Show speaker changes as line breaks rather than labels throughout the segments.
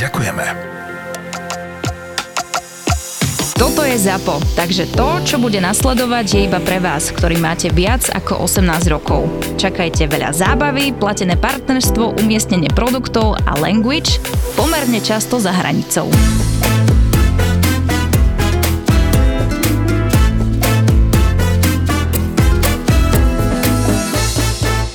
Ďakujeme.
Toto je ZAPO, takže to, čo bude nasledovať, je iba pre vás, ktorý máte viac ako 18 rokov. Čakajte veľa zábavy, platené partnerstvo, umiestnenie produktov a language pomerne často za hranicou.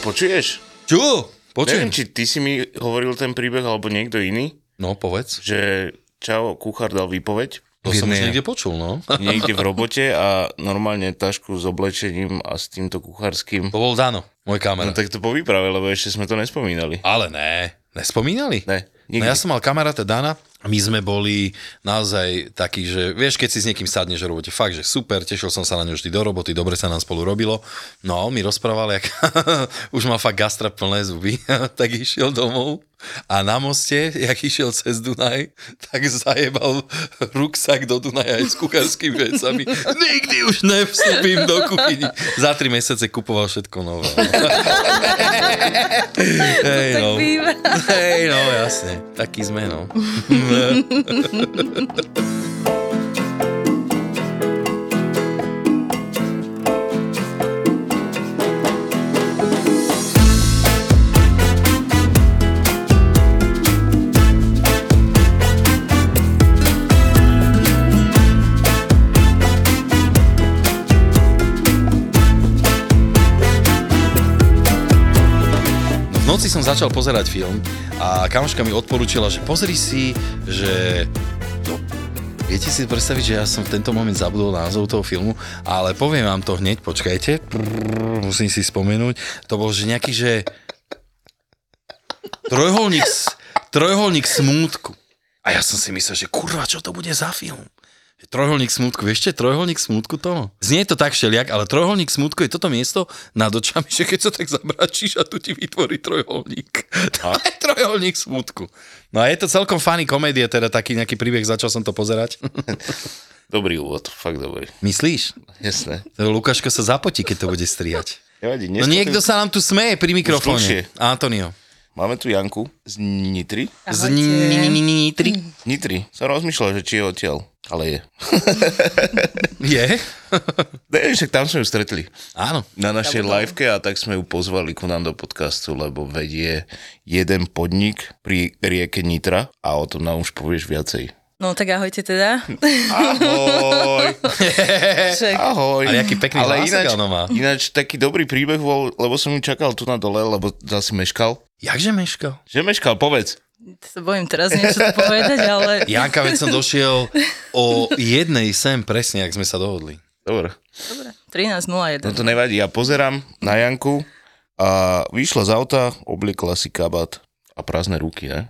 Počuješ?
Čo?
Neviem,
Počujem.
či ty si mi hovoril ten príbeh alebo niekto iný,
No, povedz.
že čau, kuchár dal výpoveď
To
V
som už
jednej-
niekde počul, no.
niekde v robote a normálne tašku s oblečením a s týmto kuchárským.
To bol Dano, môj
No
kamarát.
tak to povyprave, lebo ešte sme to nespomínali.
Ale ne, nespomínali?
Ne, nikdy.
No ja som mal kamaráta Dana, a my sme boli naozaj takí, že vieš, keď si s niekým sadneš v robote, fakt, že super, tešil som sa na ňu vždy do roboty, dobre sa nám spolu robilo. No a on mi rozprával, jak už mal fakt gastra plné zuby, tak išiel domov a na moste, jak išiel cez Dunaj, tak zajebal ruksak do Dunaja aj s kuchárskymi vecami. Nikdy už nevstúpim do kuchyni. Za tri mesiace kupoval všetko nové. Hej, no.
tak býva.
Hej, no jasne. Taký sme, no. V noci som začal pozerať film a kamoška mi odporúčila, že pozri si, že... No, viete si predstaviť, že ja som v tento moment zabudol názov toho filmu, ale poviem vám to hneď, počkajte. Prrr, musím si spomenúť. To bol že nejaký, že... Trojholník, s- trojholník smútku. A ja som si myslel, že kurva, čo to bude za film? Že Trojholník smútku, vieš čo je trojholník smútku to? Znie to tak všeliak, ale trojholník smútku je toto miesto nad očami, že keď sa tak zabračíš a tu ti vytvorí trojholník. To je trojholník smútku. No a je to celkom funny komédia, teda taký nejaký príbeh, začal som to pozerať.
Dobrý úvod, fakt dobrý.
Myslíš?
Jasné.
Lukáško sa zapotí, keď to bude strihať.
Nevadí,
No
dneska
niekto
tu-
sa nám tu smeje pri
dlhšie.
mikrofóne. Antonio.
Máme tu Janku z Nitry.
Z Nitry.
Nitry. Som rozmýšľal, že či je odtiaľ, ale je.
Je?
Ne, však tam sme ju stretli.
Áno.
na našej liveke a tak sme ju pozvali ku nám do podcastu, lebo vedie jeden podnik pri rieke Nitra a o tom nám už povieš viacej.
No tak ahojte teda.
Ahoj!
Však,
Ahoj!
Ale jaký pekný hlasok
ináč,
ono má.
ináč taký dobrý príbeh bol, lebo som ju čakal tu na dole, lebo zase meškal.
Jakže meškal?
Že meškal, povedz.
sa bojím teraz niečo povedať, ale
Janka, veď som došiel o jednej sem presne, ak sme sa dohodli.
Dobre. No
13.01.
to nevadí, ja pozerám na Janku a vyšla z auta, obliekla si kabát a prázdne ruky, ne?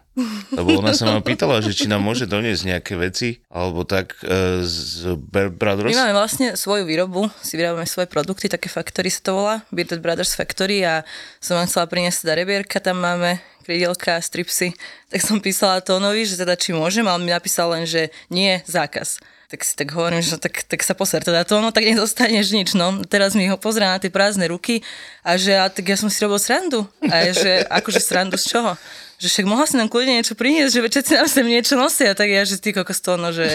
Lebo ona sa ma pýtala, že či nám môže doniesť nejaké veci, alebo tak e, z Bear
My
Brothers.
máme vlastne svoju výrobu, si vyrábame svoje produkty, také factory sa to volá, Bearded Brothers Factory a som vám chcela priniesť teda rebierka, tam máme krydielka, stripsy, tak som písala Tónovi, že teda či môžem, ale on mi napísal len, že nie, zákaz. Tak si tak hovorím, že no tak, tak sa poser teda to, no tak nedostaneš nič, no. Teraz mi ho pozerá na tie prázdne ruky a že a tak ja som si robil srandu. A ja, že akože srandu z čoho? že však mohla si nám kľudne niečo priniesť, že všetci nám sem niečo nosia, tak ja, že ty kokos to, no, že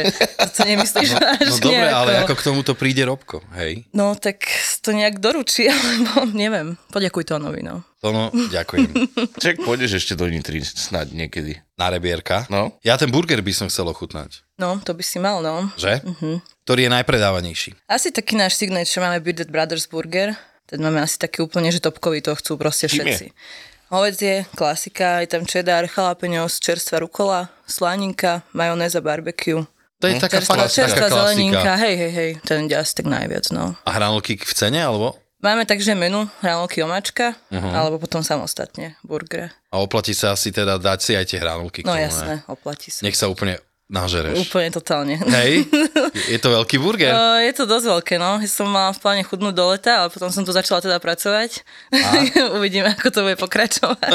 to nemyslíš
No
vážne.
dobre, ale ako k tomuto príde Robko, hej?
No tak to nejak doručí, alebo neviem. Poďakuj Tónovi, no.
To no, ďakujem.
Čak pôjdeš ešte do Nitry, snad niekedy.
Na rebierka.
No.
Ja ten burger by som chcel ochutnať,
No, to by si mal, no.
že? Uh-huh. Ktorý je najpredávanejší.
Asi taký náš signature máme Bearded Brothers Burger. Ten máme asi taký úplne, že topkový, to chcú proste
Čím je?
všetci. Hovedzie, klasika, je tam cheddar, jalapenos, čerstvá rukola, sláninka, majonéza, barbecue.
To je taká
Čerstvá,
klasika,
čerstvá
klasika.
zeleninka, hej, hej, hej, ten ide asi tak najviac, no.
A hranolky v cene, alebo?
Máme takže menu hranolky omáčka,
Mhm.
uh-huh. alebo potom samostatne burger.
A oplatí sa asi teda dať si aj tie hranolky. k
No
tomu, ne?
jasné, oplatí sa.
Nech sa úplne nažereš.
Úplne totálne.
Hej, je to veľký burger.
Eh, Je to dosť veľké, no. Ja som mala v pláne chudnúť do leta, ale potom som tu začala teda pracovať. Uvidíme, ako to bude pokračovať.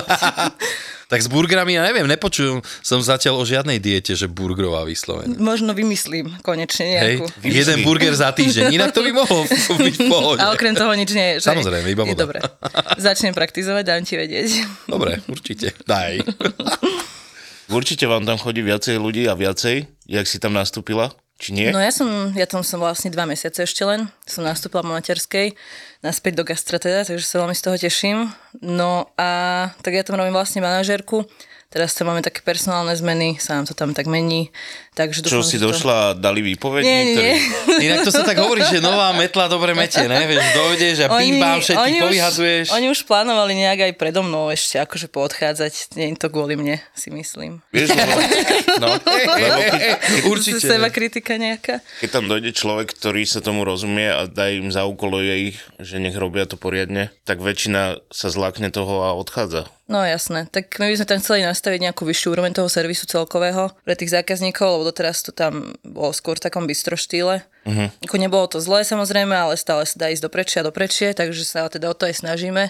Tak s burgerami, ja neviem, nepočul som zatiaľ o žiadnej diete, že burgerová vyslovene.
Možno vymyslím konečne
Hej,
nejakú.
Vymyslí.
jeden burger za týždeň, inak to by mohlo byť v pohode.
A okrem toho nič nie je. Že?
Samozrejme, iba
Je
voda.
Dobre. Začnem praktizovať, dám ti vedieť.
Dobre, určite, daj.
Určite vám tam chodí viacej ľudí a viacej, jak si tam nastúpila, či nie?
No ja som, ja tam som vlastne dva mesiace ešte len, som nastúpila po materskej, naspäť do gastra teda, takže sa veľmi z toho teším. No a tak ja tam robím vlastne manažérku, teraz tam máme také personálne zmeny, sa nám to tam tak mení, takže
Čo
dúfam,
si
že to-
došla, dali výpoveď?
Nie, nie,
niektorí?
nie.
Inak to sa tak hovorí, že nová metla dobre metie, ne? Vieš, dojdeš a pim, bam, všetkých povyhazuješ.
Už, oni už plánovali nejak aj predo mnou ešte, akože poodchádzať. Nie je to kvôli mne, si myslím.
Vieš, lebo, no, lebo keď,
Určite.
Seba kritika nejaká.
keď tam dojde človek, ktorý sa tomu rozumie a dá im zaúkoluje ich, že nech robia to poriadne, tak väčšina sa zlákne toho a odchádza.
No jasné, tak my by sme tam chceli nastaviť nejakú vyššiu úroveň toho servisu celkového pre tých zákazníkov, lebo doteraz to tam bolo skôr v takom bistro štýle. Uh-huh.
Mhm.
Ako nebolo to zlé samozrejme, ale stále sa dá ísť doprečia, doprečie, takže sa teda o to aj snažíme.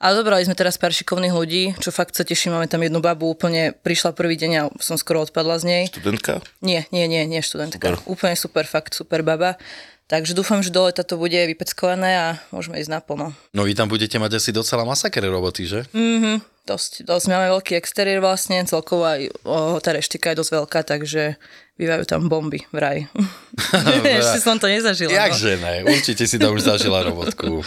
A zobrali sme teraz pár šikovných ľudí, čo fakt sa teším, máme tam jednu babu, úplne prišla prvý deň a som skoro odpadla z nej.
Študentka?
Nie, nie, nie, nie študentka. Super. Úplne super fakt, super baba. Takže dúfam, že do leta to bude vypeckované a môžeme ísť naplno.
No vy tam budete mať asi docela masaker roboty, že?
No, Dosť, dosť. Máme veľký exteriér vlastne, celkovo aj o, tá reštika je dosť veľká, takže bývajú tam bomby vraj. Ešte som to nezažila. No.
Jakže ne, určite si tam už zažila robotku.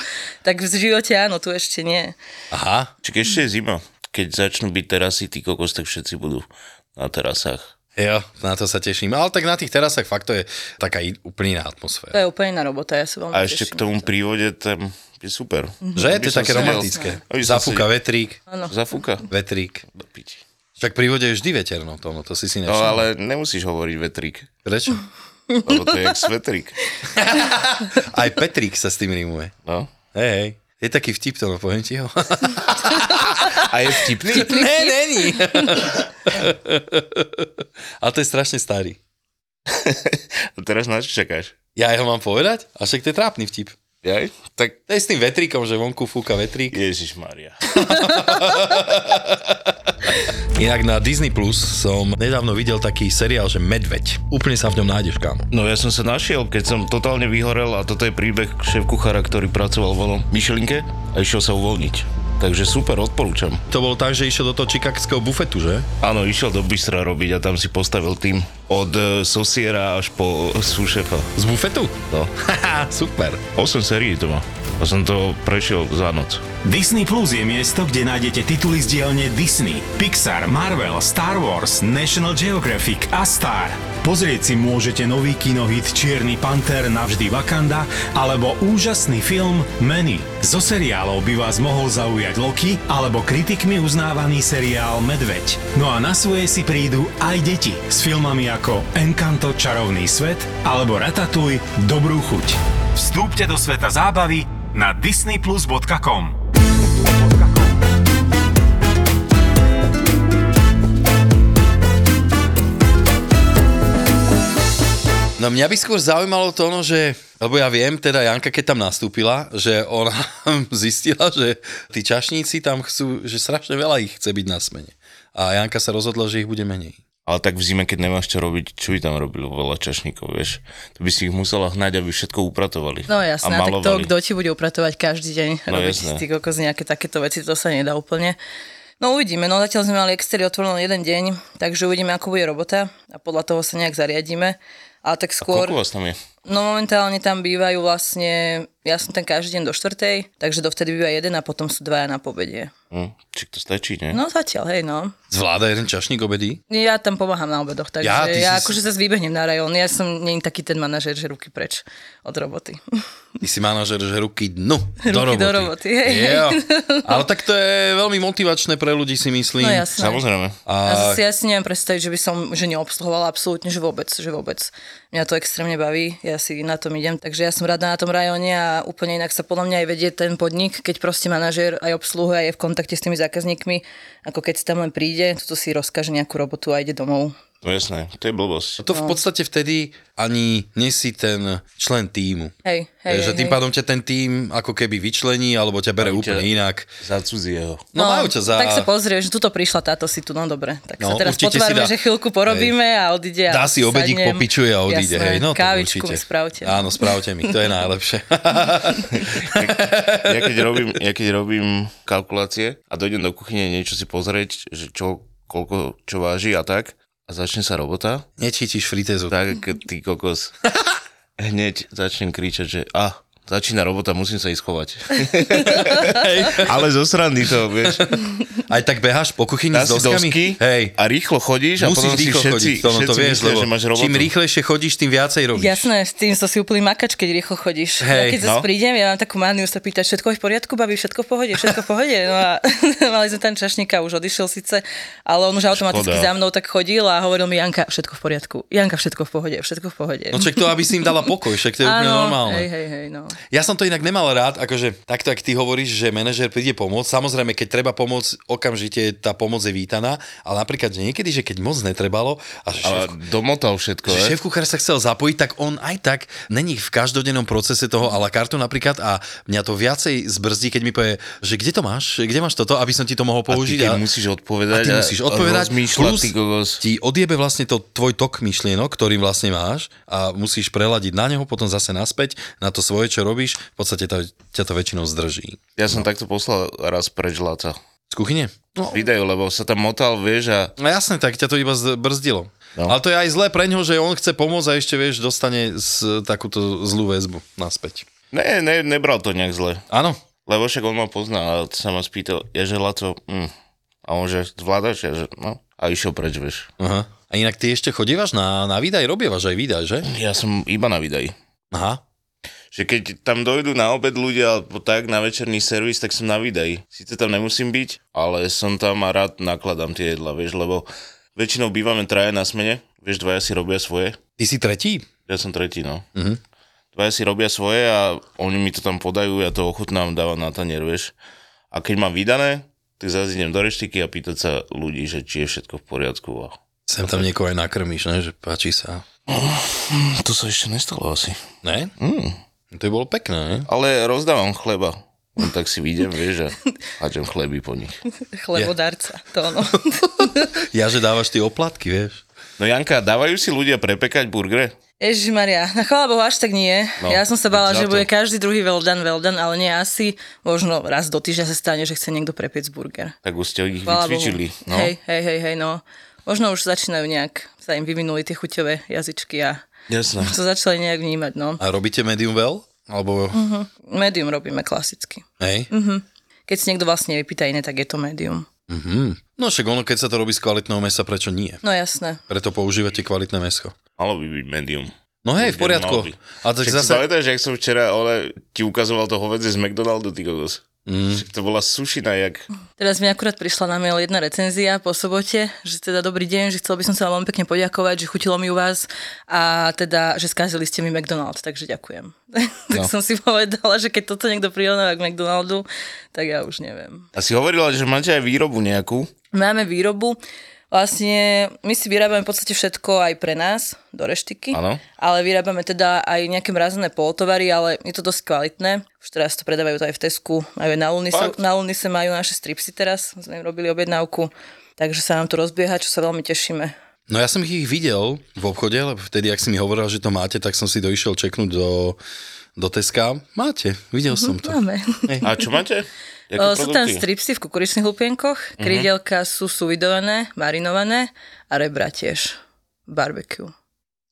Tak v živote áno, tu ešte nie.
Aha,
Čiže ešte je zima. Keď začnú byť terasy, ty kokos, tak všetci budú na terasách.
jo, na to sa teším. Ale tak na tých terasách fakt to je taká i- úplne iná
To
atmosféra.
je úplne na robota, ja sa veľmi
A ešte k
teším.
tomu prívode, tam je super.
Mhm. Že?
Aby
To je
som
také
sedel-
romantické.
aby som
Zafúka
sedel-
vetrík,
Zafúka?
vetrík.
Do piči.
Však pri vode je vždy veterno, to, to si si
No
nevšimol.
ale nemusíš hovoriť vetrík,
Prečo?
lebo to je jak svetrík.
Aj Petrík sa s tým rímuje.
No.
Hej, hej. Je taký vtip to, no poviem ti ho.
A je vtipný?
ne, není. ale to je strašne starý.
A teraz na čo čakáš?
Ja ho mám povedať? A však to je trápny vtip.
Jaj? Tak
To je s tým vetríkom, že vonku fúka vetrík.
Ježiš Maria.
Inak na Disney Plus som nedávno videl taký seriál, že Medveď. Úplne sa v ňom nájdeš, kámo.
No ja som sa našiel, keď som totálne vyhorel a toto je príbeh šéf kuchára, ktorý pracoval vo Myšelinke a išiel sa uvoľniť. Takže super, odporúčam.
To bolo tak, že išiel do toho čikagského bufetu, že?
Áno, išiel do Bystra robiť a tam si postavil tým od e, sosiera až po e, sušefa.
Z bufetu?
No.
Haha, super.
8 sérií to má. A som to prešiel za noc.
Disney Plus je miesto, kde nájdete tituly z dielne Disney, Pixar, Marvel, Star Wars, National Geographic a Star. Pozrieť si môžete nový kinohit Čierny panter navždy Wakanda alebo úžasný film Many. Zo seriálov by vás mohol zaujať Loki alebo kritikmi uznávaný seriál Medveď. No a na svoje si prídu aj deti s filmami ako Encanto Čarovný svet alebo Ratatuj Dobrú chuť. Vstúpte do sveta zábavy na disneyplus.com.
No mňa by skôr zaujímalo to ono, že, lebo ja viem, teda Janka, keď tam nastúpila, že ona zistila, že tí čašníci tam chcú, že strašne veľa ich chce byť na smene. A Janka sa rozhodla, že ich bude menej.
Ale tak v zime, keď nemáš čo robiť, čo by tam robilo veľa čašníkov, vieš? To by si ich musela hnať, aby všetko upratovali.
No
a
jasné, tak to,
malovali.
kto ti bude upratovať každý deň,
No
no, robiť
jasné.
jasné. ty kokos nejaké takéto veci, to sa nedá úplne. No uvidíme, no zatiaľ sme mali exteriér otvorený len jeden deň, takže uvidíme, ako bude robota a podľa toho sa nejak zariadíme. A tak skôr...
Koľko vás tam je?
No momentálne tam bývajú vlastne, ja som tam každý deň do štvrtej, takže dovtedy býva jeden a potom sú dvaja na pobede.
Hm? Či to stačí, ne?
No zatiaľ, hej no.
Zvláda jeden čašník obedí?
Ja tam pomáham na obedoch, takže
Ja?
ja,
Ty
ja
si-
akože zase vybehnem na rajón. Ja som nie taký ten manažer, že ruky preč od roboty.
Ty si manažer, že ruky dnu. do
Ruky
roboty.
do roboty, hej, hej.
Jo. Ale tak to je veľmi motivačné pre ľudí, si myslím.
No jasné.
Samozrejme.
A zase ja si neviem predstaviť, že by som že neobsluhovala absolútne, že vôbec, že vôbec. mňa to extrémne baví, ja si na tom idem, takže ja som rada na tom rajone a úplne inak sa podľa mňa aj vedie ten podnik, keď proste manažér aj obsluhuje a je v kontakte s tými zákazníkmi, ako keď si tam len príde, toto si rozkaže nejakú robotu a ide domov.
No jasné, to je blbosť.
To v
no.
podstate vtedy ani nesi ten člen týmu.
Hej, hej,
Hej, E, že
hej,
tým
hej.
pádom ťa ten tým ako keby vyčlení, alebo ťa bere
Majú ťa-
úplne inak.
Za cudzieho.
No, majú ťa za...
Tak sa pozrieš, že tuto prišla táto si tu, no dobre. Tak
No,
sa teraz
určite si
potvárme,
dá-
že chvíľku porobíme a odíde. a
Dá si obedík,
sadnem.
popičuje a odíde.
Jasné,
Hej, no, to
kávičku
určite.
mi spravte.
Áno, spravte mi, to je najlepšie.
ja keď robím, ja keď robím kalkulácie a dojdem do kuchyne niečo si pozrieť, že čo, koľko, čo váži a tak, a začne sa robota,
Nečítiš fritézu.
tak ty kokos. Hneď začnem kričať, že a, začína robota, musím sa ísť schovať. Ale zo srandy to, vieš.
Aj tak beháš po kuchyni
Dá
s
si
doskami?
dosky
Hej.
a rýchlo chodíš a potom
Musíš
si
rýchlo
všetci,
chodiť, to, no,
všetci
to vieš,
myslia,
lebo
že máš robotu.
čím rýchlejšie chodíš, tým viacej robíš.
Jasné, s tým som si úplný makač, keď rýchlo chodíš.
Hej,
ja keď zase
no.
prídem, ja mám takú mániu sa pýtať, všetko je v poriadku, babi, všetko v pohode, všetko v pohode. No a mali sme tam čašníka, už odišiel síce, ale on už automaticky
Škoda.
za mnou tak chodil a hovoril mi, Janka, všetko v poriadku, Janka, všetko v pohode, všetko v pohode.
No čak to, aby si im dala pokoj, však to je úplne normálne.
Hej, hej, hej, no.
Ja som to inak nemal rád, akože takto, ak ty hovoríš, že manažer príde pomôcť, samozrejme, keď treba pomôcť, okamžite tá pomoc je vítaná, ale napríklad, že niekedy, že keď moc netrebalo a že
Ale
šéf,
domotal všetko,
že
je?
šéf kuchár sa chcel zapojiť, tak on aj tak není v každodennom procese toho a la carte napríklad a mňa to viacej zbrzdí, keď mi povie, že kde to máš, kde máš toto, aby som ti to mohol
A
použiť.
ty, keď musíš
a
odpovedať
ty musíš odpovedať,
rozmýšľať,
plus
ty kokos.
ti odjebe vlastne to tvoj tok myšlienok, ktorý vlastne máš a musíš preladiť na neho, potom zase naspäť na to svoje, čo robíš, v podstate to, ťa to väčšinou zdrží.
Ja som takto poslal raz preč Láca.
Z kuchyne? No,
Video, lebo sa tam motal, vieš, a
no jasne, tak ťa to iba brzdilo.
No.
No. Ale to je aj zlé pre ňoho, že on chce pomôcť a ešte, vieš, dostane z, takúto zlú väzbu naspäť.
ne, ne, nebral to nejak zle.
Áno,
Lebo však on ma pozná a sa ma spýtal, ja že Laco, mm. a on že zvládaš, ja že no. A išiel preč, vieš.
Aha. A inak ty ešte chodívaš na, na výdaj, robievaš aj výdaj, že?
Ja som iba na výdaji.
Aha.
Že keď tam dojdú na obed ľudia alebo tak na večerný servis, tak som na výdaji. Sice tam nemusím byť, ale som tam a rád nakladám tie jedla, vieš, lebo väčšinou bývame traja na smene, vieš, dvaja si robia svoje.
Ty si tretí?
Ja som tretí, no. Mm-hmm. Dvaja si robia svoje a oni mi to tam podajú, ja to ochutnám, dávam na tanier, vieš. A keď mám vydané, tak zase idem do reštiky a pýtať sa ľudí, že či je všetko v poriadku. A...
Sem tam niekoho aj nakrmíš, ne? že páči sa.
To sa ešte nestalo asi.
Ne? Mm. To by bolo pekné, ne?
Ale rozdávam chleba. On tak si vidím, vieš, a hádžem chleby po nich.
Chlebodarca, to ono.
Ja, že dávaš tie oplatky, vieš.
No Janka, dávajú si ľudia prepekať burgre?
Ježišmaria, na chvála Bohu až tak nie.
No,
No, ja som sa bála,
za
že
to.
bude každý druhý veľdan, veľdan, ale nie asi. Možno raz do týždňa sa stane, že chce niekto prepiec burger.
Tak už ste ich
Chvála
vycvičili.
Bohu.
No.
Hej, hej, hej, hej, no. Možno už začínajú nejak, sa im vyvinuli tie chuťové jazyčky a
Jasné.
to začali nejak vnímať, no.
A robíte medium well? Alebo,
Mhm. Medium robíme klasicky.
hej?
Mhm. Keď si niekto vlastne vypýta iné, tak je to medium.
Mhm. No však ono, keď sa to robí z kvalitného mesa, prečo nie?
No jasné.
Preto používate kvalitné mesko.
Malo by byť medium.
No hej, v
Medium
poriadku.
mal by.
A tak
Však si
zase...
pamätáš, jak som včera ale ti ukazoval to hovedze z McDonaldu, ty kokos? Mm. Však to bola sušina, jak...
Teraz mi akurát prišla na mail jedna recenzia po sobote, že teda dobrý deň, že chcel by som sa vám veľmi pekne poďakovať, že chutilo mi u vás a teda, že skazili ste mi McDonald's, takže ďakujem. tak
No.
som si povedala, že keď toto niekto prirovnáva k McDonaldu, tak ja už neviem.
A si hovorila, že máte aj výrobu nejakú.
Máme výrobu, vlastne my si vyrábame v podstate všetko aj pre nás, do reštiky,
Áno.
ale vyrábame teda aj nejaké mrazené polotovary, ale je to dosť kvalitné. Už teraz to predávajú to aj v Tesku, aj na Lunise,
Fakt?
na Lunise majú naše stripsy teraz, sme im robili objednávku, takže sa nám to rozbieha, čo sa veľmi tešíme.
No ja som ich videl v obchode, lebo vtedy, ak si mi hovoril, že to máte, tak som si doišiel čeknúť do, do Teska. Máte,
Mhm,
videl som to.
Máme.
A čo máte? Jaké
O, Eh, sú tam
produkty? Mhm.
stripsy v kukuričných lupienkoch, krydelka sú suvidované, marinované a rebra tiež. Barbecue.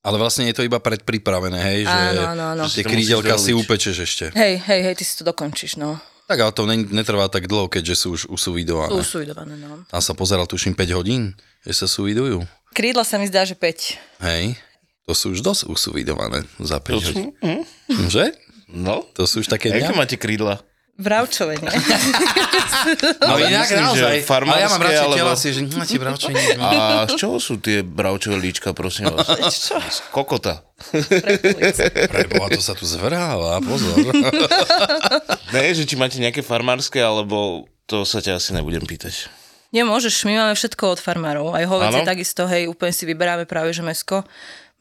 Ale vlastne je to iba predpripravené, hej? Že,
Áno, áno, áno.
že tie
To musíš
krídelka si
dorobiť.
upečeš ešte.
Hej, hej, hej, ty si to dokončíš, no.
Tak ale to ne- netrvá tak dlho, keďže sú už
Sú
usuvidované.
suvidované, no.
Tam sa pozeral, tuším, 5 hodín, že sa suvidujú.
Krídla sa mi zdá, že 5.
Hej, to sú už dosť usuvidované za
To
5
sú-
hodín.
Mhm.
Že?
No.
To sú už také
Aké
dňa.
máte krídla?
V Raučove, nie?
No
Ale
inak
myslím, že
naozaj. Ale ja mám
farmárske,
radšej
alebo-
tela si, že no, ti bravčenie.
A z čoho sú tie bravčové líčka, prosím vás? Z kokota.
Preboha, to sa tu zvrháva, pozor.
Ne, že či máte nejaké farmárske, alebo to sa ťa asi nebudem pýtať.
Nemôžeš, my máme všetko od farmárov. Aj hovedzie
Áno.
takisto, hej, úplne si vyberáme práve, že mesko.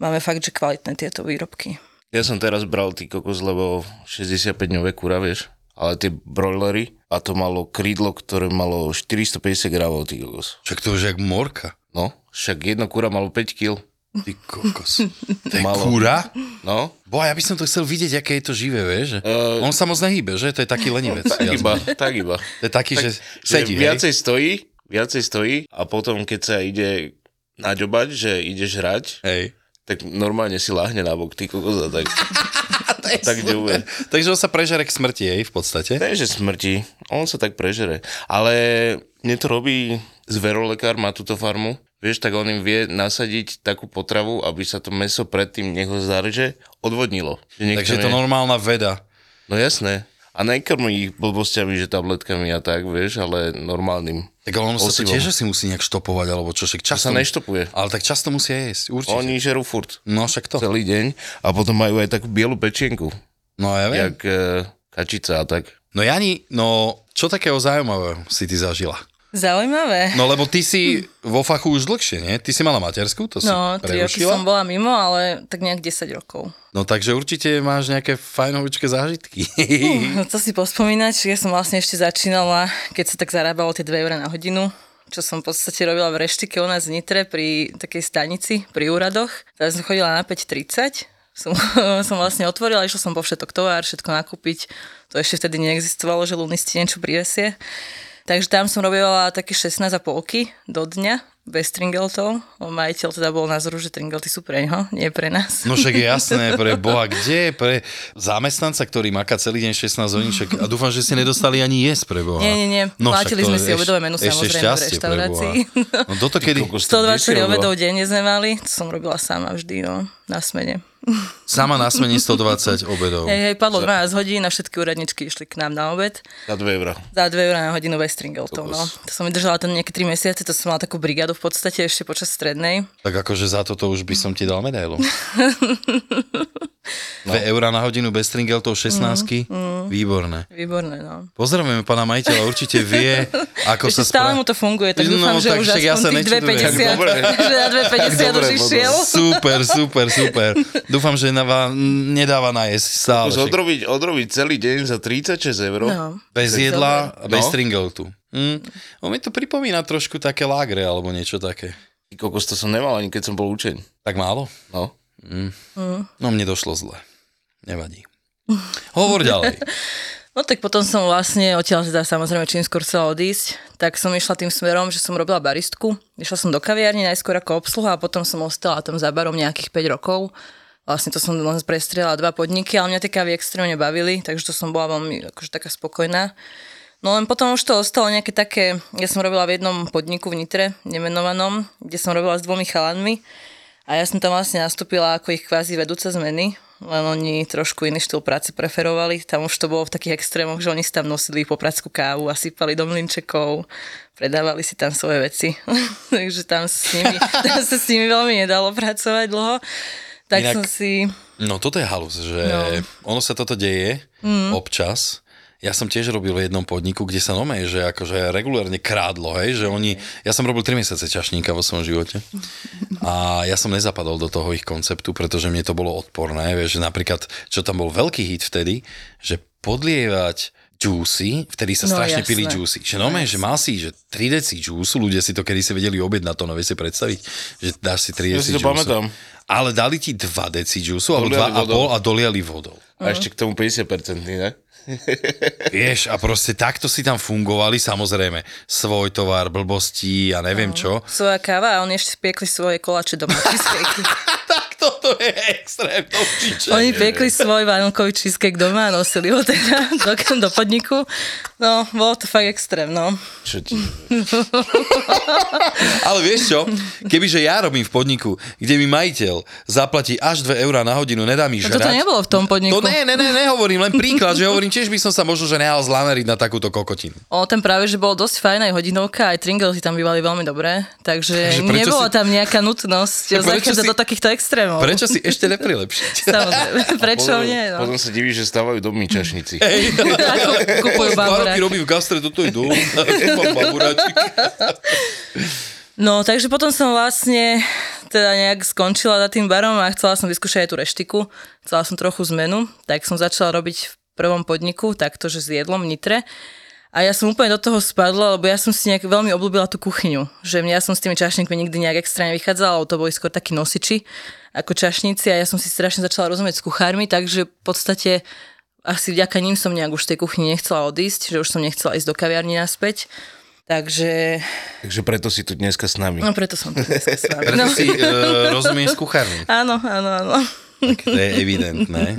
Máme fakt, že kvalitné tieto výrobky.
Ja som teraz bral ty kokos, lebo 65-dňové kura, vieš, ale tie broilery a to malo krídlo, ktoré malo 450 gramov, ty kokos.
Však to už je jak morka.
No, však jedno kura malo 5 kg.
Ty kokos. To je
Malo.
kúra?
No,
Bo ja by som to chcel vidieť, aké je to živé, vieš. že? On sa moc nehýbe, že? To je taký lenivec.
tak
viac
Eh, iba,
menej.
tak iba.
To je taký, že
že
sedí, hej?
viacej stojí, viacej stojí a potom, keď sa ide naďobať, že ideš hrať,
Hej.
tak normálne si láhne na bok, ty kokos, a tak, a tak ďube.
Takže on sa prežere k smrti, hej, v podstate.
Ne, že smrti, on sa tak prežere. Ale mne to robí zverolekár, má túto farmu, vieš, tak on im vie nasadiť takú potravu, aby sa to meso predtým, nech ho zarže, odvodnilo. Že nech
Takže je
tam
to
je-
normálna veda.
No jasné. A nekrmí ich blbostiami, že tabletkami a tak, vieš, ale normálnym.
Tak ale ono sa to
Osivom.
tiež asi musí nejak štopovať, alebo čo, však
Sa
často...
neštopuje.
Ale tak často musia jesť, určite.
Oni žerú furt.
No však to.
Celý deň. A potom majú aj takú bielu pečienku.
No ja viem.
Jak e, kačica a tak.
No Jani, no čo takého zaujímavého si ty zažila?
Zaujímavé.
No lebo ty si vo fachu už dlhšie, nie? Ty si mala materskú, to si
No, 3 roky
prerušila.
som bola mimo, ale tak nejak 10 rokov.
No takže určite máš nejaké fajnovičké zážitky.
No to si pospomínať, ja som vlastne ešte začínala, keď sa tak zarábalo tie 2 eurá na hodinu, čo som v podstate robila v reštike u nás v Nitre pri takej stanici, pri úradoch. Teraz som chodila na 5.30, som, som vlastne otvorila, išla som po všetok tovar, všetko nakúpiť. To ešte vtedy neexistovalo, že lunisti niečo privesie. Takže tam som robila také 16 a polky do dňa, bez tringeltov. Majiteľ teda bol názoru, že tringelty sú pre ňo, nie pre nás.
No však je jasné, pre Boha, kde? Pre zamestnanca, ktorý maká celý deň 16 hodín, však, a dúfam, že ste nedostali ani jesť pre Boha. No,
Nie, nie, nie.
však
Platili
to
sme si
eš-
obedové menu,
ešte
samozrejme, v
šťastie, pre
reštaurácii.
Boha. No toto kedy?
kokos, to kde si
124
robila?
obedov denne sme mali, to som robila sama vždy, no, na smene.
Sama na smene 120 obedov.
Hej, hej, padlo 12 hodín a všetky úradničky išli k nám na obed.
Za 2 eurá.
Za 2 eurá na hodinu bez stringeltov, no. To som vydržala tam nejaké 3 mesiace, to som mala takú brigádu v podstate ešte počas strednej.
Tak akože za toto už by som ti dal medailu. 2 eurá na hodinu bez stringeltov 16
Mm,
Výborné.
Výborné, no.
Pozdravujeme pána majiteľa, určite vie, ako sa
Ešte stále mu to funguje, tak dúfam,
No,
že
tak
už
však ja sa
aspoň tých
nečudujem. Tak
2,50,
dobre.
že na 2,50 už
dobre,
išiel.
Super, super, super. Dúfam, že na vám nedáva najesť stále.
Už
však
odrobiť, odrobiť celý deň za 36 eur.
No.
Bez jedla, a
No.
bez stringeltu. Mm. On mi to pripomína trošku také lágre alebo niečo také.
Ty kokos, to som nemal ani keď som bol učeň.
Tak málo?
No.
Hm.
No mne došlo zle. Nevadí. Hovor ďalej.
No tak potom som vlastne odtiaľ teda samozrejme čím skôr chcela odísť, tak som išla tým smerom, že som robila baristku. Išla som do kaviarne najskôr ako obsluha a potom som ostala tam za barom nejakých 5 rokov. Vlastne to som len prestrela dva podniky, ale mňa tie kavy extrémne bavili, takže to som bola veľmi akože taká spokojná. No len potom už to ostalo nejaké také, ja som robila v jednom podniku v Nitre, nemenovanom, kde som robila s dvomi chalanmi a ja som tam vlastne nastúpila ako ich kvázi vedúca zmeny, len oni trošku iný štýl práce preferovali. Tam už to bolo v takých extrémoch, že oni si tam nosili poprackú kávu a sypali do mlinčekov, predávali si tam svoje veci. Takže tam, s nimi, tam sa s nimi veľmi nedalo pracovať dlho. Tak
Inak-
som si...
No toto je halus, že no. ono sa toto deje mm. občas. Ja som tiež robil v jednom podniku, kde sa nomej, že akože regulárne krádlo, hej, že oni, ja som robil 3 mesiace čašníka vo svojom živote a ja som nezapadol do toho ich konceptu, pretože mne to bolo odporné, vieš, že napríklad, čo tam bol veľký hit vtedy, že podlievať juicy, vtedy sa
No,
strašne
jasné.
pili juicy. Že no, že mal si, že 3 deci juicu, ľudia si to kedy si vedeli objednať, to nevie si predstaviť, že dáš si 3
Ja si
deci
to
juicu.
pamätám.
Ale dali ti 2 deci juicu, alebo
Doliali
2,5 a,
vodou.
pol a doliali vodou.
Mhm.
A ešte k tomu 50%, ne?
Vieš, a proste takto si tam fungovali, samozrejme, svoj tovar, blbosti a
No.
neviem čo.
Svoja káva a oni ešte spiekli svoje koláče doma. cheesecakey.
Tak toto je extrém, to piče.
Oni piekli svoj vanilkový cheesecake doma a nosili ho teda do, do podniku. No, bolo to fakt extrém, no.
Čo ti...
Ale vieš čo, kebyže ja robím v podniku, kde mi majiteľ zaplatí až 2 eurá na hodinu, nedá mi
no
žrať.
toto nebolo v tom podniku.
To ne, ne, ne, nehovorím, len príklad, že hovorím, tiež by som sa možno, že nehal zlameriť na takúto kokotinu.
O, ten práve, že bol dosť fajn aj hodinovka, aj tringlety tam bývali veľmi dobré, takže
Takže prečo
nebola
si-
tam nejaká nutnosť
Tak prečo
zachádzať
si-
do takýchto extrémov.
Prečo si ešte neprilepšiť?
Samozrejme, prečo nie, no.
Potom sa divíš, že stávajú domy čašníci.
Hej,
Ako kupujú
dva roky
baburák.
robím v gastre, toto idú. Mám baburáčik.
No, takže potom som vlastne teda nejak skončila za tým barom a chcela som vyskúšať aj tú reštiku. Chcela som trochu zmenu, tak som začala robiť v prvom podniku, takto, že s jedlom v Nitre. A ja som úplne do toho spadla, lebo ja som si nejak veľmi obľúbila tú kuchyňu. Že mňa ja som s tými čašníkmi nikdy nejak extra nevychádzala, lebo to boli skôr takí nosiči ako čašníci a ja som si strašne začala rozumieť s kuchármi, takže v podstate asi vďaka ním som nejak už z tej kuchyni nechcela odísť, že už som nechcela ísť do kaviarni naspäť. Takže
Takže preto si tu dneska s nami.
No preto som tu dneska s vami.
Preto
No.
si uh, rozumieš kuchármi.
Áno, áno, áno.
To je evidentné.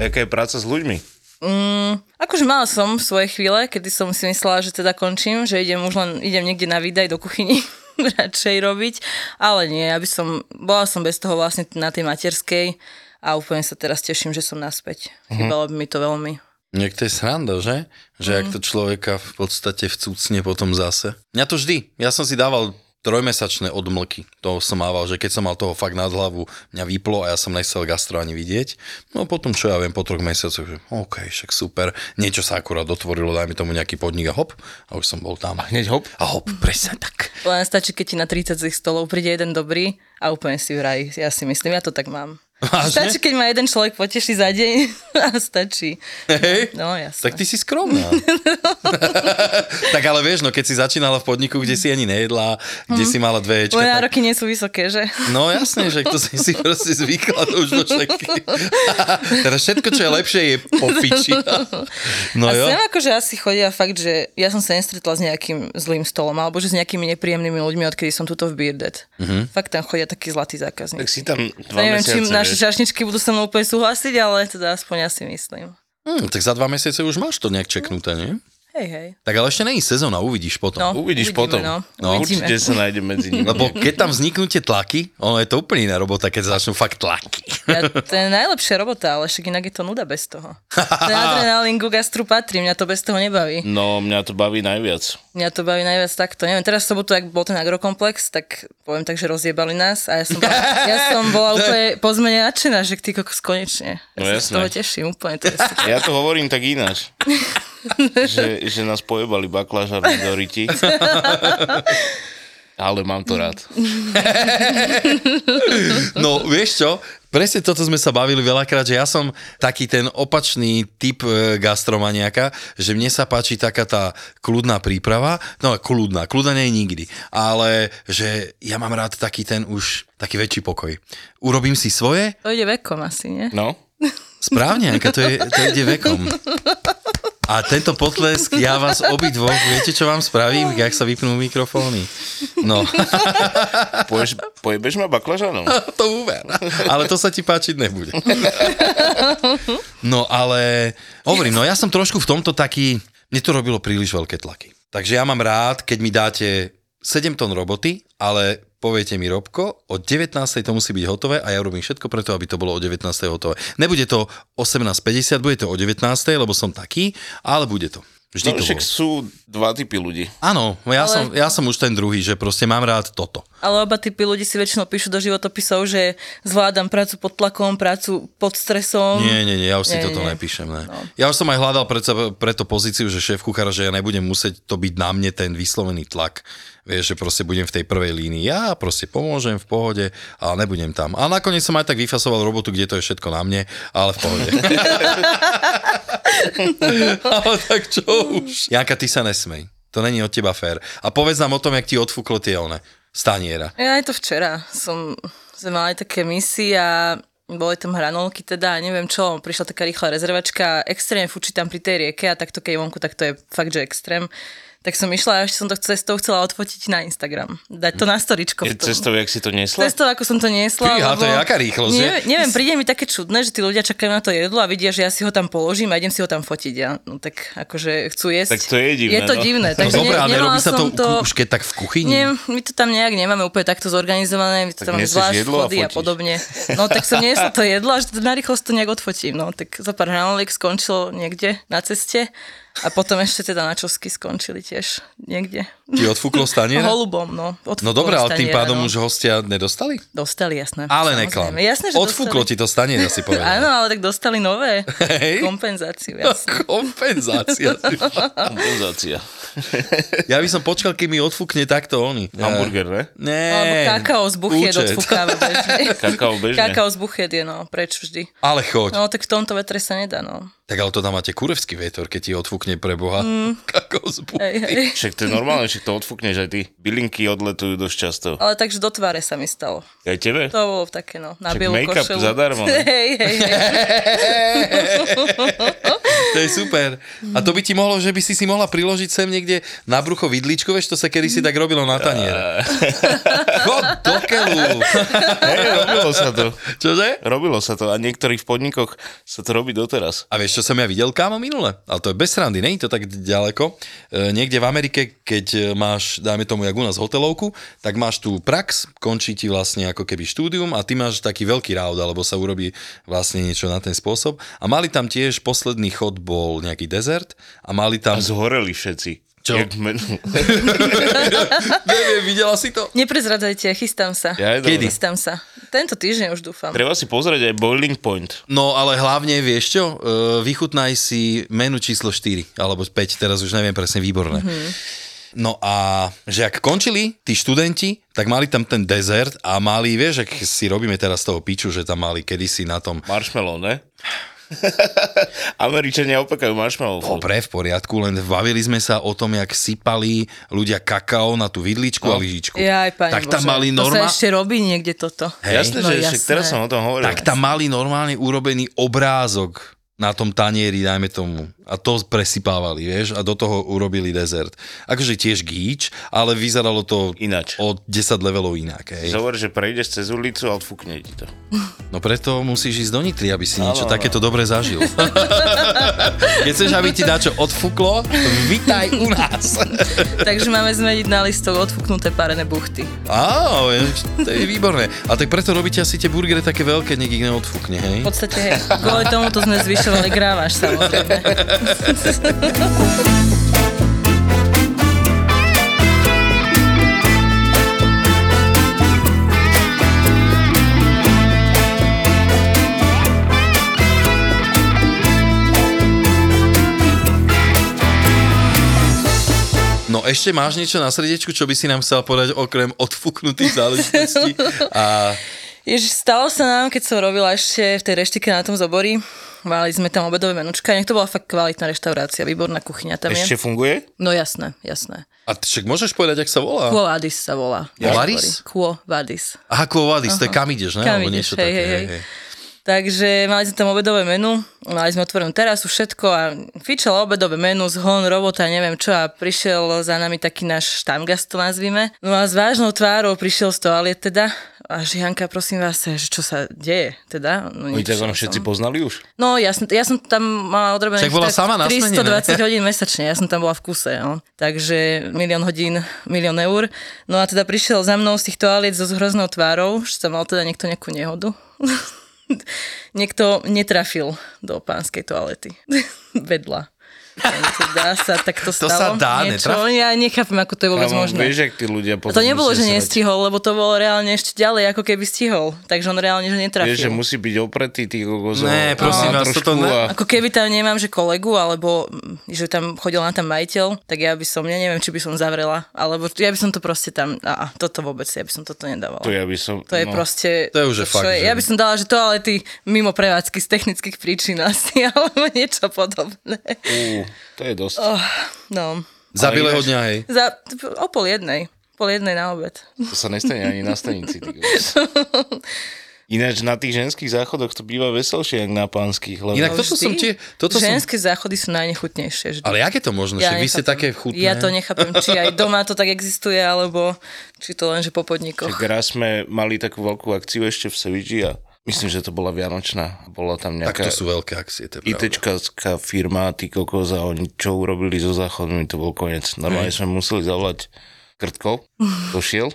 Jaká je práca s ľuďmi?
Akože mala som svoje chvíle, kedy som si myslela, že teda končím, že idem už len idem niekde na výdaj do kuchyni radšej robiť, ale nie, aby som, bola som bez toho vlastne na tej materskej a úplne sa teraz teším, že som naspäť.
Mhm.
Chýbalo by mi to veľmi.
Nejak to je sranda, že? Že ak to človeka v podstate vcúcne potom zase. Mňa to vždy. Ja som si dával trojmesačné odmlky. To som mával, že keď som mal toho fakt nad hlavu, mňa vyplo a ja som nechcel gastro ani vidieť. No potom, čo ja viem, po troch mesiacoch, že OK, však super. Niečo sa akurát otvorilo, daj mi tomu nejaký podnik a hop. A už som bol tam. A
hneď hop?
A hop, presne tak.
Len stačí, keď ti na 30 z ich stolov príde jeden dobrý a úplne si vraj, ja si myslím, ja to tak mám.
Vážne?
Stačí, keď ma jeden človek poteší za deň a stačí.
Hej.
No jasné.
Tak ty si skromná. tak ale vieš, no keď si začínala v podniku, kde si ani nejedla, kde
Mhm.
si mala dve ječka,
Moje
tak-
nároky nie sú vysoké, že?
No jasne, že to si si proste zvykla to už do všetky. Teraz všetko, čo je lepšie, je po piči. No
a
jo.
sem akože asi chodia fakt, že ja som sa nestretla s nejakým zlým stolom, alebo že s nejakými nepríjemnými ľuďmi, odkedy som tuto v Bearded. Fakt tam chodia takí zlatí
Mhm.
zákazníci.
Tak si tam dva
ja neviem,
mesiace,
či naše
vieš.
čašničky budú so mnou úplne súhlasiť, ale teda aspoň ja si myslím.
Hm, tak za dva mesiace už máš to nejak čeknuté, nie?
Hej, hej.
Tak ale ešte není sezóna, uvidíš potom.
No.
Uvidíš
Uvidíme,
potom.
no.
No,
Uvidíme.
Určite sa nájde medzi nimi.
Lebo keď tam vzniknú tie tlaky, ono je to úplne iná robota, keď začnú fakt tlaky.
Ja, to je najlepšia robota, ale však inak je to nuda bez toho. Ten adrenalín ku gastru patrí, mňa to bez toho nebaví.
No, mňa to baví najviac.
Mňa to baví najviac takto. Neviem, teraz v sobotu, ak bol ten agrokomplex, tak poviem tak, že rozjebali nás a ja som bola, ja som bola úplne po zmene nadšená, že ty kokos konečne. Ja
No
sa
jasné.
z toho teším úplne. To je super.
Ja to hovorím tak ináč. že, že nás pojebali baklažárni do riti. Ale mám to rád.
No, vieš čo? Presne toto sme sa bavili veľakrát, že ja som taký ten opačný typ e, gastromaniaka, že mne sa páči taká tá kľudná príprava, no kľudná, kľudná nie je nikdy, ale že ja mám rád taký ten už, taký väčší pokoj. Urobím si svoje,
to ide vekom asi, nie?
No,
správne, Anka, to, je, to ide vekom. A tento potlesk, ja vás obidvoch, viete, čo vám spravím, jak sa vypnú mikrofóny. No,
poješ, pojebeš ma baklažánom?
to uver. Ale to sa ti páčiť nebude. No ale hovorím, no ja som trošku v tomto taký, mne to robilo príliš veľké tlaky. Takže ja mám rád, keď mi dáte 7 tón roboty, ale poviete mi, Robko, o 19. to musí byť hotové a ja robím všetko preto, aby to bolo o 19. hotové. Nebude to 18.50, bude to o 19. lebo som taký, ale bude to. Vždy
No,
to
však
bolo.
sú dva typy ľudí.
Áno, ja,
Ale-
som, ja som už ten druhý, že proste mám rád toto.
Ale oba typy ľudí si väčšinou píšu do životopisov, že zvládam prácu pod tlakom, prácu pod stresom.
Nie, nie, nie, ja už si
Nie,
toto
nie, nie.
nepíšem. Ne.
No.
Ja už som aj hľadal predsa, preto pozíciu, že šéf kuchára, že ja nebudem musieť to byť na mne ten vyslovený tlak. Vieš, že proste budem v tej prvej línii. Ja proste pomôžem v pohode, ale nebudem tam. A nakoniec som aj tak vyfasoval robotu, kde to je všetko na mne, ale v pohode. ale tak čo už. Janka, ty sa nesmej. To není od teba fér. A povedz nám o tom, jak ti odfúklo tie one. Staniera.
Ja aj to včera som, sme mali také misy a boli tam hranolky teda a neviem čo, prišla taká rýchla rezervačka, extrémne fučí tam pri tej rieke a takto keď je vonku, tak to je fakt, že extrém. Tak som išla a ešte som to cestou chcela odfotiť na Instagram. Dať to na storičko.
Je
v tom.
cestou, jak si to nesla?
Cestou, ako som to niesla.
Fíha, to je jaká rýchlosť, je?
Neviem, neviem, príde mi také čudné, že tí ľudia čakajú na to jedlo a vidia, že ja si ho tam položím a idem si ho tam fotiť. Ja, no tak akože chcú jesť.
Tak to je divné,
Je to
no.
divné.
No
takže
dobre,
ne,
ale
nemala
nerobí sa
som
to, to už keď tak v kuchyni?
nie, my to tam nejak nemáme úplne takto zorganizované, my to
Tak
tam máme
nesieš
zvlášť
jedlo a
schody a,
fotíš.
podobne. No tak som niesla to jedlo, až to na rýchlosť to nejak odfotím. No tak za pár hranolík skončilo niekde na ceste a potom ešte teda načosky skončili tiež niekde.
Ti odfúklo staniera?
Holubom, no.
No
odfúkol
dobre, ale tým
staniera,
pádom
no.
už hostia nedostali?
Dostali, jasné.
Ale
samozrejme.
neklam.
Jasné, že
Odfúklo ti
dostali.
to stane, ja si povedal.
Áno, ale tak dostali nové
Hej.
kompenzáciu, jasné. No.
Kompenzácia. ty vole.
Kompenzácia.
ja by som počkal, kým mi odfúkne takto oni.
Hamburger, ne?
Nie.
Alebo No, kakao z buchiet
účet.
odfúkáva bežne.
Kakao bežne.
Kakao z buchiet je, no, preč vždy.
Ale choď.
No, tak v tomto vetre sa nedá, no.
Tak ale to tam máte kurevský vietor, keď ti odfúkne pre Boha. Mm. Kakao z bu-
Hej, hej.
Však to je normálne, však to odfúkneš aj ty. Bylinky odletujú dosť často.
Ale takže do tváre sa mi stalo.
Aj tebe?
To bolo také, no, na
Však
bielú
make-up
košelu.
zadarmo, ne?
hej, hej, hej.
To je super. A to by ti mohlo, že by si si mohla priložiť sem niekde na brucho vidličko, vieš, to sa kedy si tak robilo na taniere. Chod do keľu.
Hej, robilo sa to.
Čože?
Robilo sa to a v niektorých podnikoch sa to robí doteraz.
A vieš, čo som ja videl, kámo, minule? Ale to je bez srandy, není to tak ďaleko. E, niekde v Amerike, keď e, máš, dajme tomu, jak u nás hotelovku, tak máš tu prax, končí ti vlastne ako keby štúdium a ty máš taký veľký raud, alebo sa urobí vlastne niečo na ten spôsob. A mali tam tiež, posledný chod bol nejaký dezert a mali tam...
A zhoreli všetci.
Čo?
Jak menu.
Neviem, videla si to?
Neprezradzajte, chystám sa.
Ja je Kedy?
Chystám sa. Tento týždeň už dúfam.
Treba si pozrieť aj Boiling Point.
No ale hlavne, vieš čo, e, vychutnaj si menu číslo 4 alebo 5, teraz už neviem presne, výborné.
Mhm.
Mm-hmm. No a že ak končili tí študenti, tak mali tam ten dezert a mali, vieš, ak si robíme teraz toho piču, že tam mali kedysi na tom
Marshmallow, ne? Američania opekajú marshmallow.
Dobre, v poriadku, len bavili sme sa o tom, jak sypali ľudia kakao na tú vidličku no. a lyžičku.
Jaj, pani
tak tam
Bože,
mali
To sa
norma...
ešte robí niekde toto.
Jasné,
No
že však
jasné.
teraz som o tom hovoril.
Tak tam mali normálne urobený obrázok na tom tanieri, dajme tomu. A to presypávali, vieš, a do toho urobili dezert. Akože tiež gíč, ale vyzeralo to
Ináč.
o 10 levelov inak. Hej.
Zhovor, že prejdeš cez ulicu a odfúkne ti to.
No preto musíš ísť do Nitry, aby si niečo takéto dobre zažil. Keď chceš, aby ti dačo odfúklo, vitaj u nás.
Takže máme zmeniť na listok odfúknuté parené buchty.
Á, to je výborné. A tak preto robíte asi tie burgery také veľké, nech ich neodfúkne, hej?
V podstate, hej, kvôli tomu to sme zvyšovali grávaž, samozrejme.
No ešte máš niečo na srdiečku, čo by si nám chcel povedať okrem odfúknutých záležitostí? A
Ježiš, stalo sa nám, keď som robila ešte v tej reštike na tom zobori, mali sme tam obedové menučka, nech to bola fakt kvalitná reštaurácia, výborná kuchyňa tam
Ešte
je.
funguje?
No jasné, jasné.
A t- však môžeš povedať, ak sa volá?
Quo Vadis sa volá.
Quo Vadis?
Quo Vadis.
Aha, Kvovadis, to je kam ideš, ne?
Kam
Alebo niečo
ideš, hej,
také,
hej,
hej,
hej.
hej.
Takže mali sme tam obedové menu, mali sme otvorenú terasu, všetko a fičalo obedové menu, zhon, robota, neviem čo a prišiel za nami taký náš štamgast, to nazvime. No a s vážnou tvárou prišiel z toalet teda a že Janka, prosím vás, že čo sa deje teda. No,
Oni ťa
nič,
tam
som-
všetci poznali už?
No jasne, ja som tam mala odrobené
Však bola
tak
sama na smene,
320 hodín mesačne, ja som tam bola v kuse, no. takže milión hodín, milión eur. No a teda prišiel za mnou z tých toaliet so hroznou tvárou, že tam mal teda niekto nejakú nehodu. niekto netrafil do pánskej toalety. Vedla. To dá Teda sa, tak to
To sa
stalo.
dá,
niečo.
netraf-
Ja nechápem, ako to je vôbec
Kámo,
možné.
Vieš, ak tí ľudia
A
potom
to nebolo,
musia
že
srať.
nestihol, lebo to bolo reálne ešte ďalej, ako keby stihol. Takže on reálne, že netrafil.
Vieš, že musí byť opretý tých kokosov.
Ne, prosím
na
vás,
trošku
toto ne-
a-
Ako keby tam nemám, že kolegu, alebo mm, že tam chodil na tam majiteľ, tak ja by som, ja neviem, či by som zavrela, alebo ja by som to proste tam, a a, toto vôbec, ja by som toto nedávala.
To ja by som...
To je
no.
proste...
To je už je fakt,
čo
že-
Ja by som dala, že toalety mimo prevádzky z technických príčin asi, alebo niečo podobné.
Ú, to je dosť.
Oh, no.
Za
Ale
bieleho
ináč-
dňa, hej.
Za, o pol jednej. Pol jednej na obed.
To sa nestane ani na stanici. ty kokos. Ináč na tých ženských záchodoch to býva veselšie, jak na pánskych. Lebo...
Inak toto
vždy.
som tie... Toto som,
Ženské záchody sú najnechutnejšie. Vždy.
ale jak je to možné? Ja Však vy ste
nechápem.
také chutné.
Ja to nechápem, či aj doma to tak existuje, alebo či to len, že po
Čiže
podnikoch.
raz sme mali takú veľkú akciu ešte v Sevigi a myslím, že to bola Vianočná. Bola tam
Tak
nejaká
to sú veľké akcie, to je pravda.
ITčkarská firma, ty kokos a oni čo urobili so záchodmi, to bol koniec. Normálne sme museli zavolať krtkov, došiel,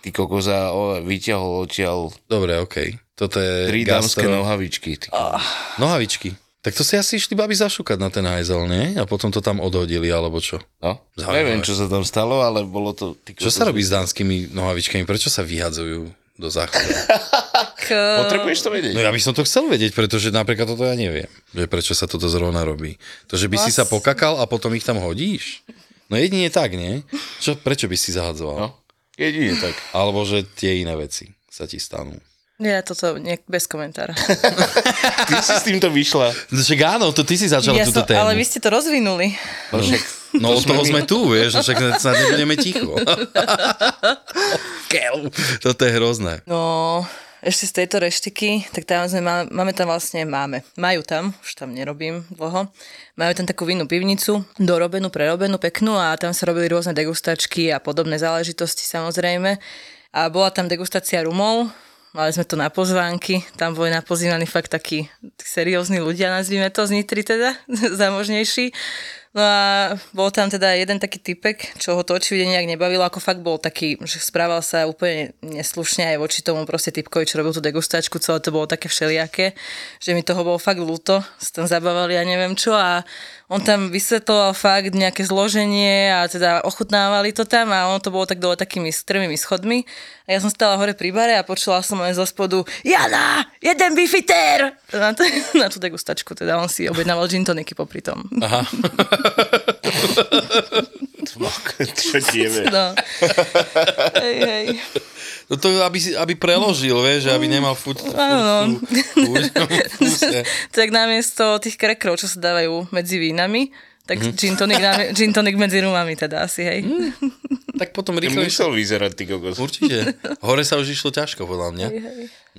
ty kokos a o, vyťahol odtiaľ
Dobre, okej. Toto je
tri dámske no-
gastro...
nohavičky. Ty. kokos.
Nohavičky. Tak to si asi išli babi zašukať na ten hajzel, nie? A potom to tam odhodili, alebo čo?
No,
Zaujímavé.
neviem, čo sa tam stalo, ale bolo to... Ty
Čo
kokos,
sa robí s dánskymi nohavičkami? Prečo sa vyhadzujú do záchodu?
Potrebuješ to vedieť?
No ja by som to chcel vedieť, pretože napríklad toto ja neviem, že prečo sa toto zrovna robí. To, že by si sa pokakal a potom ich tam hodíš? No jedine tak, nie? Čo, prečo by si
No,
zahadzoval?
jedine tak.
Alebo že tie iné veci sa ti stanú.
Ja toto nie, bez komentára.
Ty si s týmto vyšla.
No však áno, to ty si začal
Ja
túto
som,
tému.
ale vy ste to rozvinuli.
No, však,
No
to
od toho
my-
sme tu, vieš, však snad nebudeme ticho. Keľ. Toto je hrozné.
No, ešte z tejto reštiky, tak tam sme, má- máme tam vlastne, máme, majú tam, už tam nerobím dlho, majú tam takú vinnú pivnicu, dorobenú, prerobenú, peknú a tam sa robili rôzne degustačky a podobné záležitosti samozrejme. A bola tam degustácia rumov, mali sme to na pozvánky, tam boli napozývaní fakt takí seriózni ľudia, nazvime to z Nitry teda, zamožnejší. No a bol tam teda jeden taký typek, čo ho to očividne nejak nebavilo, ako fakt bol taký, že správal sa úplne neslušne aj voči tomu proste typkovi, čo robil tú degustačku, celé to bolo také všelijaké, že mi toho bolo fakt ľúto, sa tam zabavali a neviem čo a on tam vysvetloval fakt nejaké zloženie a teda ochutnávali to tam a ono to bolo tak dole takými strmými schodmi a ja som stala hore pri bare a počula som len zo spodu Jana, jeden bifitér! Na, t- na tú degustačku, teda on si objednával gin toniky popri tom.
Čo ti je?
No. Hej, hej.
No to aby, si, aby preložil, vieš, že aby nemal furt... furt-
Áno.
furt- furt- furt-
tak namiesto tých krekrov, čo sa dávajú medzi vínami, tak gin, tonic, nami- gin tonic medzi rumami teda asi, hej.
Tak potom
Ty
rýchlo išlo.
musel vyzerať, ty kokos.
Určite. Hore sa už išlo ťažko, podľa mňa.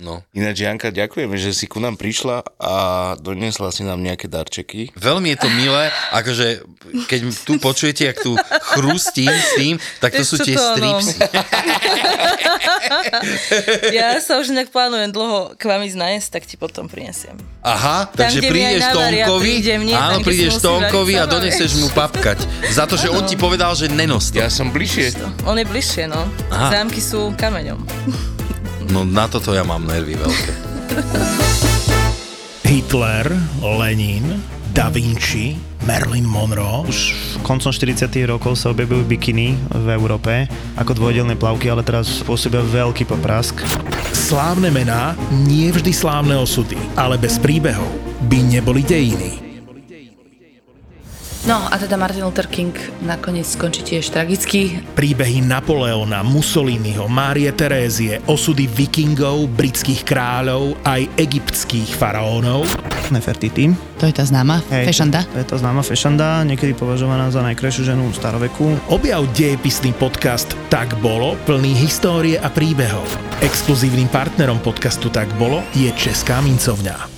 No.
Ináč, Janka, ďakujeme, že si ku nám prišla a donesla si nám nejaké darčeky.
Veľmi je to milé, akože keď tu počujete, jak tu chrustím s tým, tak to
Vieš,
sú
čo
tie
to no? ono?
stripsy.
Ja sa už inak plánujem dlho k vám ísť najesť, tak ti potom prinesiem.
Aha, takže
kde mi aj
prídeš
navaria,
Tonkovi,
prídem, nie? Tam,
áno,
kde si
prídeš
musím
Tonkovi
variť
a
sama,
doneseš
vieš.
mu papkať. Za to, že on ti povedal, že nenos to.
Ja som bližšie.
On je bližšie, no.
Aha.
Zámky sú kameňom.
No na toto ja mám nervy veľké.
Hitler, Lenin, Da Vinci, Marilyn Monroe.
Už koncom 40. rokov sa objavujú bikiny v Európe ako dvojdelné plavky, ale teraz pôsobia veľký poprask.
Slávne mená, nie vždy slávne osudy, ale bez príbehov by neboli dejiny.
No a teda Martin Luther King nakoniec skončí tiež tragicky.
Príbehy Napoleona, Mussoliniho, Márie Terézie, osudy vikingov, britských kráľov aj egyptských faraónov.
Nefertiti.
To je tá známa,
Hej,
Fešanda.
To je tá známa fešanda, niekedy považovaná za najkrajšiu ženu v staroveku.
Objav dejepisný podcast Tak bolo, plný histórie a príbehov. Exkluzívnym partnerom podcastu Tak bolo je Česká mincovňa.